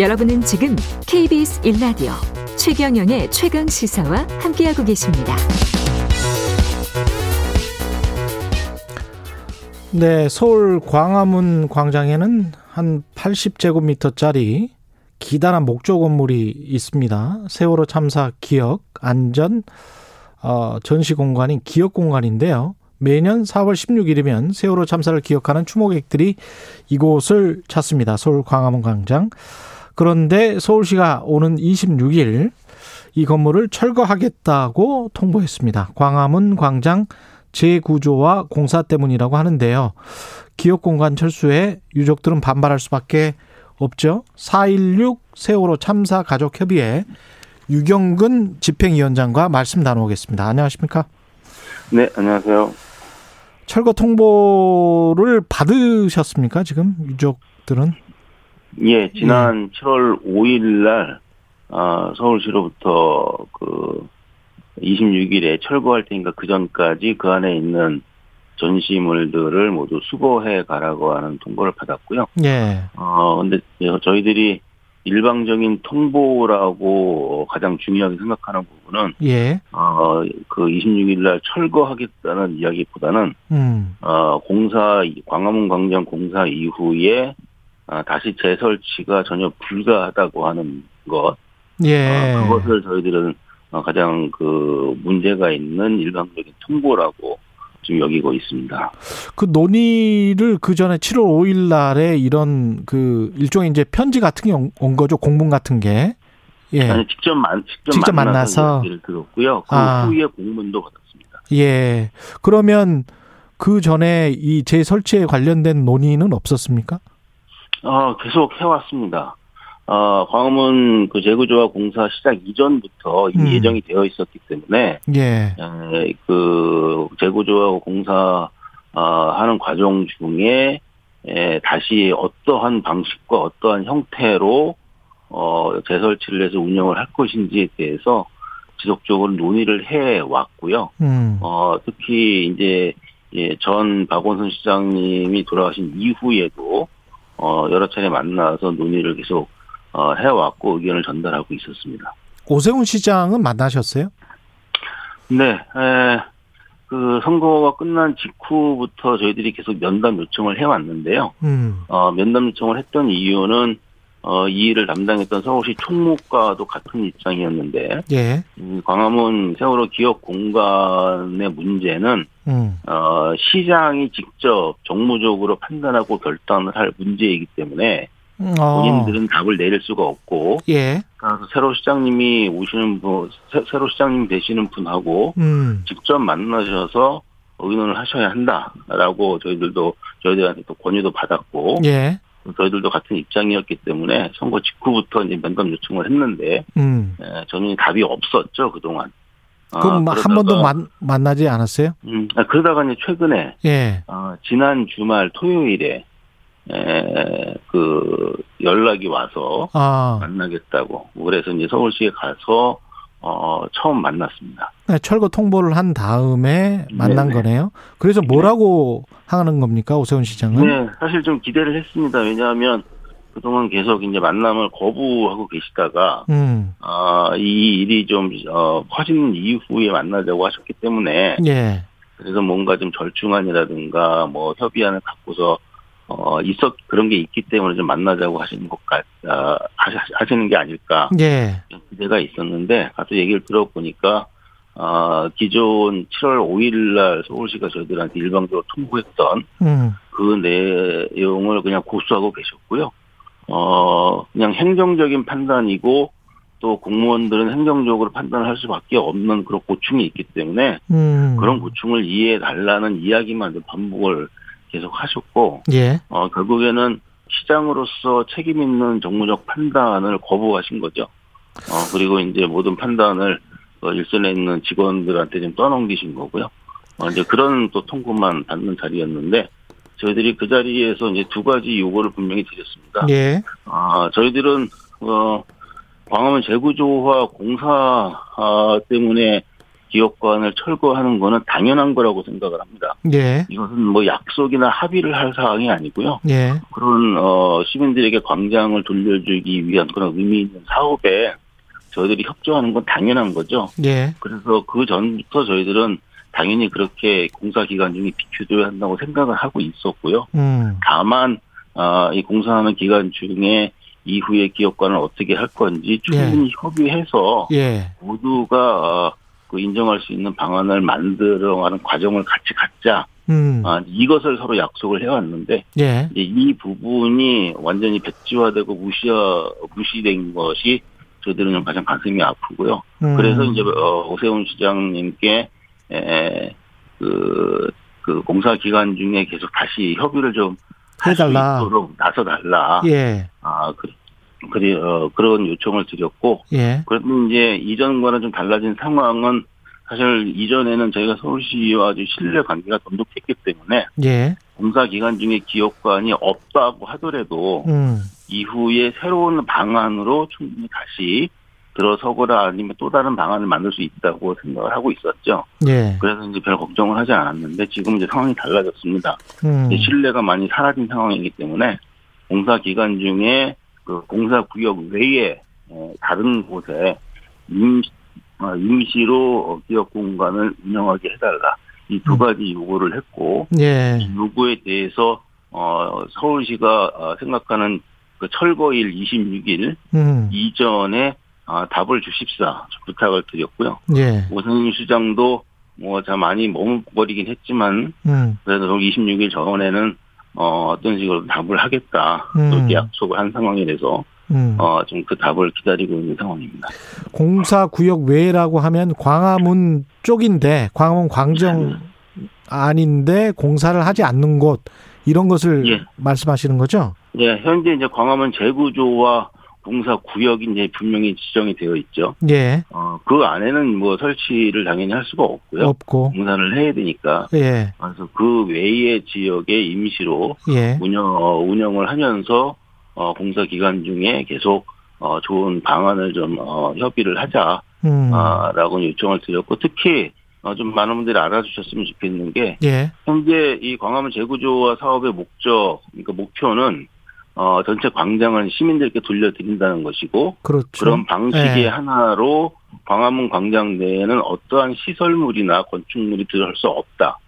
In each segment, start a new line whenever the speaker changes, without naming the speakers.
여러분은 지금 KBS 1라디오 최경영의 최강 시사와 함께하고 계십니다.
네, 서울 광화문 광장에는 한 80제곱미터짜리 기다란 목조 건물이 있습니다. 세월호 참사 기억 안전 어, 전시 공간인 기억 공간인데요. 매년 4월 16일이면 세월호 참사를 기억하는 추모객들이 이곳을 찾습니다. 서울 광화문 광장. 그런데 서울시가 오는 26일 이 건물을 철거하겠다고 통보했습니다. 광화문 광장 재구조와 공사 때문이라고 하는데요. 기업 공간 철수에 유족들은 반발할 수밖에 없죠. 4.16 세월호 참사 가족 협의회 유경근 집행위원장과 말씀 나누겠습니다. 안녕하십니까?
네, 안녕하세요.
철거 통보를 받으셨습니까? 지금 유족들은?
예, 지난 네. 7월 5일 날 어, 서울시로부터 그 26일에 철거할 테니까 그 전까지 그 안에 있는 전시물들을 모두 수거해 가라고 하는 통보를 받았고요.
예.
어, 근데 저희들이 일방적인 통보라고 가장 중요하게 생각하는 부분은
예.
어, 그 26일 날 철거하겠다는 이야기보다는
음.
어, 공사 광화문 광장 공사 이후에 어, 다시 재설치가 전혀 불가하다고 하는 것.
예.
어, 그것을 저희들은 어, 가장 그 문제가 있는 일방적인 통보라고 지금 여기고 있습니다.
그 논의를 그 전에 7월 5일 날에 이런 그 일종의 이제 편지 같은 게 온 거죠 공문 같은 게.
예. 아니, 직접 만 직접,
직접
만나서, 만나서 들었고요. 그 아. 후에 공문도 받았습니다.
예. 그러면 그 전에 이 재설치에 관련된 논의는 없었습니까?
어, 계속 해왔습니다. 어, 광화문 그 재구조와 공사 시작 이전부터 이미 음. 예정이 되어 있었기 때문에
예.
에, 아, 그 재구조와 공사 어, 하는 과정 중에 에, 다시 어떠한 방식과 어떠한 형태로 어, 재설치를 해서 운영을 할 것인지에 대해서 지속적으로 논의를 해 왔고요.
음.
어, 특히 이제 예, 전 박원순 시장님이 돌아가신 이후에도 어, 여러 차례 만나서 논의를 계속 어, 해왔고 의견을 전달하고 있었습니다.
오세훈 시장은 만나셨어요?
네, 에, 그 선거가 끝난 직후부터 저희들이 계속 면담 요청을 해왔는데요.
음.
어, 면담 요청을 했던 이유는 어, 이 일을 담당했던 서울시 총무과도 같은 입장이었는데, 음,
예.
광화문 세월호 기업 공간의 문제는
음.
어, 시장이 직접 정무적으로 판단하고 결단을 할 문제이기 때문에
어.
본인들은 답을 내릴 수가 없고
예.
그래서 새로 시장님이 오시는 분, 새로 시장님 되시는 분하고
음.
직접 만나셔서 의논을 하셔야 한다라고 저희들도 저희들한테 또 권유도 받았고
예.
저희들도 같은 입장이었기 때문에 선거 직후부터 이제 면담 요청을 했는데
음.
예, 저는 답이 없었죠 그 동안.
그럼
아,
한 번도 만, 만나지 않았어요?
음, 아, 그러다가 이제 최근에
예.
어, 지난 주말 토요일에 에, 그 연락이 와서
아.
만나겠다고 그래서 이제 서울시에 가서 어, 처음 만났습니다.
네, 철거 통보를 한 다음에 만난
네네.
거네요. 그래서 뭐라고 하는 겁니까 오세훈 시장은?
네, 사실 좀 기대를 했습니다. 왜냐하면 그동안 계속 이제 만남을 거부하고 계시다가
음.
아, 이 일이 좀 어, 커지는 이후에 만나자고 하셨기 때문에
예.
그래서 뭔가 좀 절충안이라든가 뭐 협의안을 갖고서 어 있었 그런 게 있기 때문에 좀 만나자고 하시는 것 같, 아, 하시- 하시는 게 아닐까
예.
좀 기대가 있었는데 갑자기 얘기를 들어보니까 아 기존 7월 5일날 서울시가 저희들한테 일방적으로 통보했던
음.
그 내용을 그냥 고수하고 계셨고요. 어 그냥 행정적인 판단이고 또 공무원들은 행정적으로 판단할 수밖에 없는 그런 고충이 있기 때문에
음.
그런 고충을 이해해 달라는 이야기만 좀 반복을 계속 하셨고
예.
어, 결국에는 시장으로서 책임 있는 정무적 판단을 거부하신 거죠. 어, 그리고 이제 모든 판단을 어, 일선에 있는 직원들한테 좀 떠넘기신 거고요. 어, 이제 그런 또 통고만 받는 자리였는데 저희들이 그 자리에서 이제 두 가지 요구를 분명히 드렸습니다.
예.
아, 저희들은, 어, 광화문 재구조화 공사, 아, 때문에 기업관을 철거하는 거는 당연한 거라고 생각을 합니다.
예.
이것은 뭐 약속이나 합의를 할 사항이 아니고요.
예.
그런 어, 시민들에게 광장을 돌려주기 위한 그런 의미 있는 사업에 저희들이 협조하는 건 당연한 거죠.
예.
그래서 그 전부터 저희들은 당연히 그렇게 공사 기간 중에 비켜줘야 한다고 생각을 하고 있었고요.
음.
다만 아, 이 공사하는 기간 중에 이후에 기업과는 어떻게 할 건지 충분히 협의해서
예.
모두가 어, 그 인정할 수 있는 방안을 만들어가는 과정을 같이 갖자.
음.
아, 이것을 서로 약속을 해왔는데
예.
이제 이 부분이 완전히 백지화되고 무시 무시된 것이 저들은 좀 가장 가슴이 아프고요.
음.
그래서 이제 어, 오세훈 시장님께 에, 그, 그 공사 기간 중에 계속 다시 협의를 좀 할수
해달라.
있도록 나서달라.
예.
아, 그, 그리, 어, 그런 요청을 드렸고,
예.
그래도 이제 이전과는 좀 달라진 상황은 사실 이전에는 저희가 서울시와 아주 신뢰 관계가 돈독했기 때문에
예.
공사 기간 중에 기업관이 없다고 하더라도
음.
이후에 새로운 방안으로 충분히 다시 들어서거나 아니면 또 다른 방안을 만들 수 있다고 생각을 하고 있었죠.
예.
그래서 이제 별 걱정을 하지 않았는데 지금 이제 상황이 달라졌습니다.
음.
그, 이제 신뢰가 많이 사라진 상황이기 때문에 공사 기간 중에 그 공사 구역 외에 어, 다른 곳에 임시, 어, 임시로 어, 기업 공간을 운영하게 해달라 이 두
음.
가지 요구를 했고
예.
이 요구에 대해서 어, 서울시가 어, 생각하는 그 철거일 26일
음.
이전에 아, 답을 주십사 부탁을 드렸고요.
예.
오승윤 시장도 뭐참 많이 머뭇거리긴 했지만
음.
그래서 26일 전에는 어, 어떤 식으로 답을 하겠다
음.
그렇게 약속을 한 상황이 돼서
음.
어, 지금 그 답을 기다리고 있는 상황입니다.
공사 구역 외라고 하면 광화문 쪽인데 광화문 광정
네.
아닌데 공사를 하지 않는 곳 이런 것을
예.
말씀하시는 거죠?
예, 현재 이제 광화문 재구조와 공사 구역이 이제 분명히 지정이 되어 있죠.
예.
어, 그 안에는 뭐 설치를 당연히 할 수가 없고요.
없고.
공사를 해야 되니까.
예.
그래서 그 외의 지역에 임시로
예.
운영, 어, 운영을 하면서 어, 공사 기간 중에 계속 어, 좋은 방안을 좀 어, 협의를 하자.
음.
아, 라고 요청을 드렸고 특히 어, 좀 많은 분들이 알아주셨으면 좋겠는 게
예.
현재 이 광화문 재구조화 사업의 목적 그러니까 목표는 어, 전체 광장을 시민들께 돌려드린다는 것이고
그렇죠.
그런 방식의
예.
하나로 광화문 광장 내에는 어떠한 시설물이나 건축물이 들어갈 수 없다.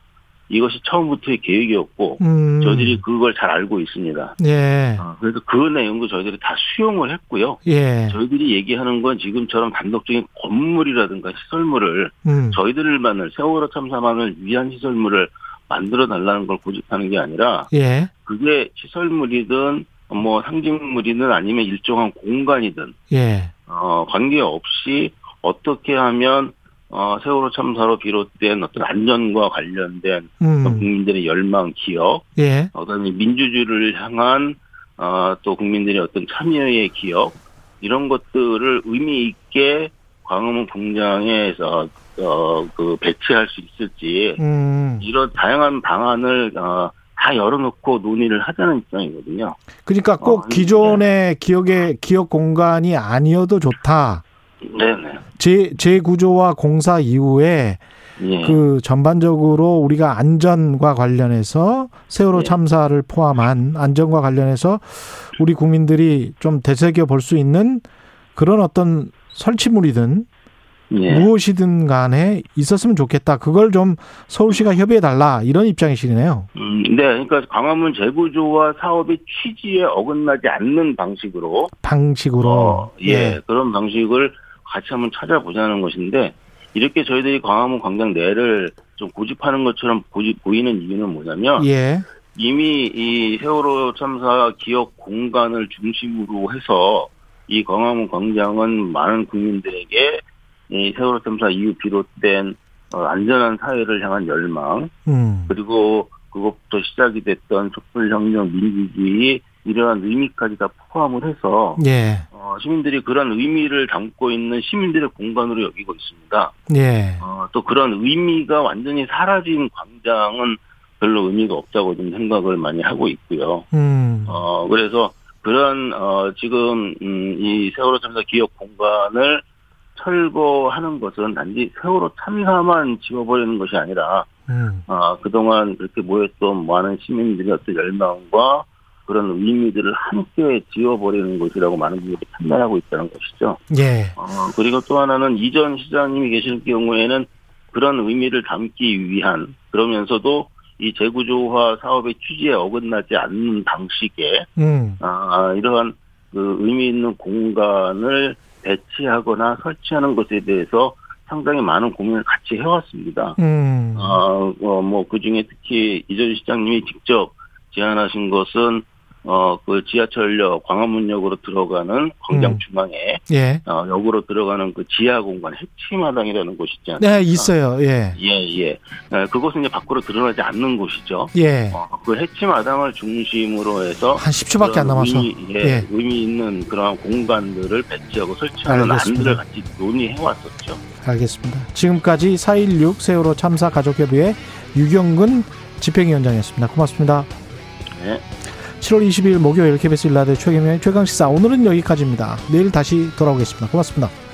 이것이 처음부터의 계획이었고
음.
저희들이 그걸 잘 알고 있습니다.
예.
어, 그래서 그 내용도 저희들이 다 수용을 했고요.
예.
저희들이 얘기하는 건 지금처럼 단독적인 건물이라든가 시설물을
음.
저희들만을 세월호 참사만을 위한 시설물을 만들어 달라는 걸 고집하는 게 아니라
예.
그게 시설물이든 뭐 상징물이든 아니면 일정한 공간이든
예.
어 관계없이 어떻게 하면 어 세월호 참사로 비롯된 어떤 안전과 관련된
음.
국민들의 열망 기억
예.
그다음에 민주주의를 향한 어, 또 국민들의 어떤 참여의 기억 이런 것들을 의미 있게 광화문 공장에서 어, 그 배치할 수 있을지
음.
이런 다양한 방안을 어, 다 열어놓고 논의를 하자는 입장이거든요.
그러니까 꼭
어,
기존의 기억의 기억 공간이 아니어도 좋다.
네네.
재 재구조와 공사 이후에
예.
그 전반적으로 우리가 안전과 관련해서 세월호
예.
참사를 포함한 안전과 관련해서 우리 국민들이 좀 되새겨 볼 수 있는 그런 어떤 설치물이든
예.
무엇이든 간에 있었으면 좋겠다. 그걸 좀 서울시가 협의해 달라 이런 입장이시네요.
음, 네. 그러니까 광화문 재구조와 사업의 취지에 어긋나지 않는 방식으로
방식으로
어, 예, 그런 방식을 같이 한번 찾아보자는 것인데 이렇게 저희들이 광화문 광장 내를 좀 고집하는 것처럼 고집 보이는 이유는 뭐냐면
예,
이미 이 세월호 참사 기억 공간을 중심으로 해서 이 광화문 광장은 많은 국민들에게 이 세월호 참사 이후 비롯된 어, 안전한 사회를 향한 열망
음,
그리고 그것부터 시작이 됐던 촛불혁명 민주주의 이러한 의미까지 다 포함을 해서
예,
어, 시민들이 그런 의미를 담고 있는 시민들의 공간으로 여기고 있습니다.
예,
어, 또 그런 의미가 완전히 사라진 광장은 별로 의미가 없다고 좀 생각을 많이 하고 있고요.
음,
어, 그래서 그런, 어, 지금, 음, 이 세월호 참사 기억 공간을 철거하는 것은 단지 세월호 참사만 지워버리는 것이 아니라
음,
아, 그동안 그렇게 모였던 많은 시민들의 어떤 열망과 그런 의미들을 함께 지워버리는 것이라고 많은 분들이 판단하고 있다는 것이죠.
예,
어, 그리고 또 하나는 이전 시장님이 계실 경우에는 그런 의미를 담기 위한 그러면서도 이 재구조화 사업의 취지에 어긋나지 않는 방식의
음,
아, 이러한 그 의미 있는 공간을 배치하거나 설치하는 것에 대해서 상당히 많은 고민을 같이 해왔습니다.
음,
아, 어, 뭐, 그 중에 특히 이전 시장님이 직접 제안하신 것은, 어, 그 지하철역, 광화문역으로 들어가는 광장
음.
중앙에,
예,
어, 역으로 들어가는 그 지하 공간, 해치마당이라는 곳이 있지 않습니까?
네 있어요. 예,
예, 예. 아, 그곳은 이제 밖으로 드러나지 않는 곳이죠.
예,
어, 그 해치마당을 중심으로 해서,
한 10초밖에 안
그런
남아서
의미, 예,
예.
의미 있는 그러한 공간들을 배치하고 설치하는
알겠습니다.
안들을 같이 논의해 왔었죠.
알겠습니다. 지금까지 4.16 세월호 참사 가족협의회 유경근 집행위원장이었습니다. 고맙습니다.
네.
7월 22일 목요일 KBS 일라드 최경영의 최강식사 오늘은 여기까지입니다. 내일 다시 돌아오겠습니다. 고맙습니다.